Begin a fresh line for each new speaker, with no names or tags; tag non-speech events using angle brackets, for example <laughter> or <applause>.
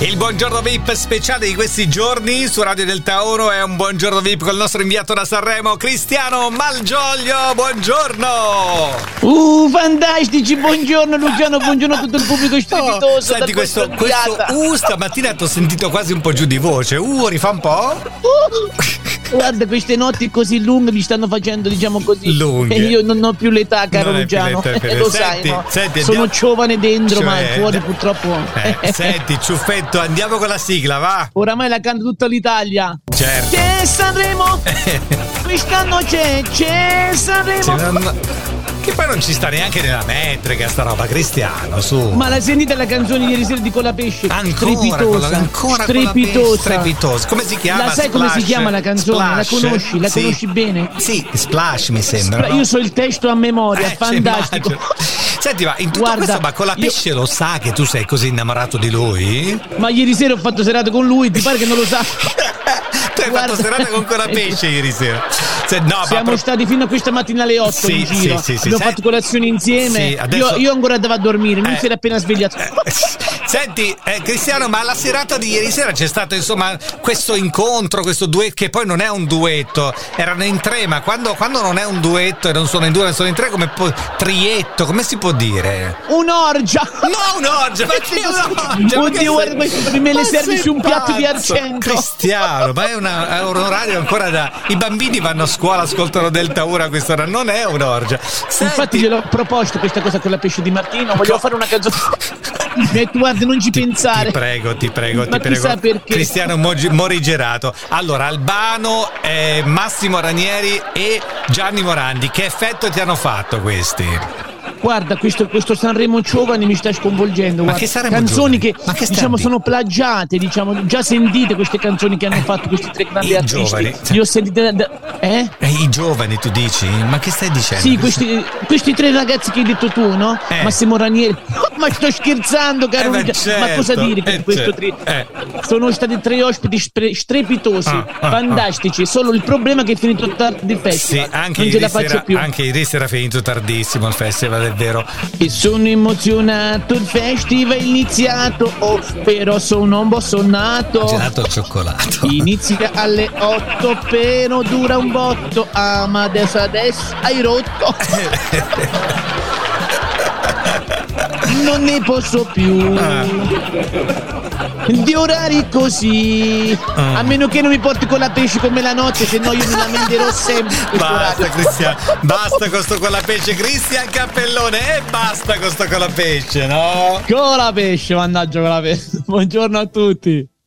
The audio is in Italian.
Il buongiorno VIP speciale di questi giorni su Radio del Tauro è un buongiorno VIP col nostro inviato da Sanremo, Cristiano Malgioglio. Buongiorno!
Uh, fantastici, buongiorno Luciano, buongiorno a tutto il pubblico strepitoso.
Oh, senti
da
questo,
questa
questo
inviata.
uh stamattina ti ho sentito quasi un po' giù di voce. Uh, rifà un po'? uh.
<laughs> Guarda, queste notti così lunghe mi stanno facendo, diciamo così.
Lunghe.
E io non ho più l'età, caro
Non hai più
Luciano.
l'età, è vero.
<laughs> Lo
Senti,
sai, no?
senti,
sono
andiamo-
giovane dentro, ma
Cioè,
fuori
da-
purtroppo. <laughs>
Eh, senti, ciuffetto, andiamo con la sigla, va?
Oramai la canta tutta l'Italia.
Certo.
C'è
<laughs>
Sanremo, quest'anno c'è, c'è
Se
Sanremo.
non- Che poi non ci sta neanche nella metrica sta roba, Cristiano, su.
Ma la sentite la canzone di ieri sera di Colapesce?
Ancora,
Strepitosa.
quella- ancora
strepitosa.
Con la pe- strepitosa. Come si chiama?
La sai come si
Splash?
chiama la canzone? La
Splash?
conosci? La
Sì.
conosci bene?
Sì, Splash mi sembra.
Io so il testo a memoria,
è
fantastico.
Senti, ma in tutto
Guarda,
questo, ma con la
io-
pesce lo sa che tu sei così innamorato di
<laughs>
lui?
Ma ieri sera ho fatto serata con lui, ti pare che non lo sa?
tu hai
Guarda.
fatto serata con quella pesce ieri sera. Se- no, ma
Siamo
pro-
stati fino a questa mattina alle 8
Sì,
in giro.
sì, sì, sì,
Abbiamo
sai-
fatto colazione insieme.
Sì, adesso-
io, io ancora andavo a dormire, lui
Eh.
si era appena svegliato.
Eh, <laughs> Senti, eh, Cristiano, ma alla serata di ieri sera c'è stato insomma questo incontro, questo duetto, che poi non è un duetto, erano in tre, ma quando, quando non è un duetto e non sono in due, ma sono in tre, come po- trietto, come si può dire?
Un'orgia!
No, un'orgia, <laughs> ma
<laughs>
che un'orgia? Ma che
Oddio, guarda,
sei-
questo me le
ma
servi
sei
su un piatto di
pazzo?
argento.
Cristiano, ma è, una- è un orario ancora da... I bambini vanno a scuola, ascoltano Delta Ura a quest'ora, non è un'orgia. Senti,
Infatti gliel'ho proposto questa cosa con la pesce di Martino, volevo fare
<laughs>
una canzone. Mi ha detto, guarda, non ci pensare.
Ti prego, ti prego, ti
Ma
prego.
chissà perché.
Cristiano Mogi- Morigerato. Allora, Albano, eh, Massimo Ranieri e Gianni Morandi, che effetto ti hanno fatto questi?
Guarda, questo, questo Sanremo Giovane mi sta sconvolgendo.
Ma
guarda.
che Sanremo Giovane?
canzoni che,
Ma che
diciamo,
stampi?
sono plagiate, diciamo, già sentite queste canzoni che hanno fatto questi tre grandi
i
artisti.
giovani, cioè-
Io ho sentite da- da- eh?
E i giovani, tu dici? Ma che stai dicendo?
Sì, questi, questi tre ragazzi che hai detto tu, no?
Eh.
Massimo Ranieri. <laughs> ma sto scherzando,
Eh,
caro
beh,
Luigi. Ma
certo,
cosa dire per
eh,
questo
certo,
tre?
eh.
Sono stati tre ospiti spre- strepitosi,
Ah, ah, ah.
fantastici. Solo il problema è che è finito tardi il
Sì,
festival.
anche
non ce
ieri,
la faccio
sera,
più.
anche ieri sera è finito tardissimo il festival, è vero.
E sono emozionato, il festival è iniziato, oh, però sono un
Ah,
bossonato.
Gelato al cioccolato.
Inizia alle 8, però dura un botto. Ah, ma adesso adesso hai rotto. Non ne posso più di orari così. A meno che non mi porti con la pesce come la notte, se no io mi lamenterò sempre. di questo
Basta
orario.
Cristian, basta con sto colapesce, Cristian Cappellone eh, e basta con sto colapesce, no?
Con la pesce, mannaggia con la pesce. Buongiorno a tutti.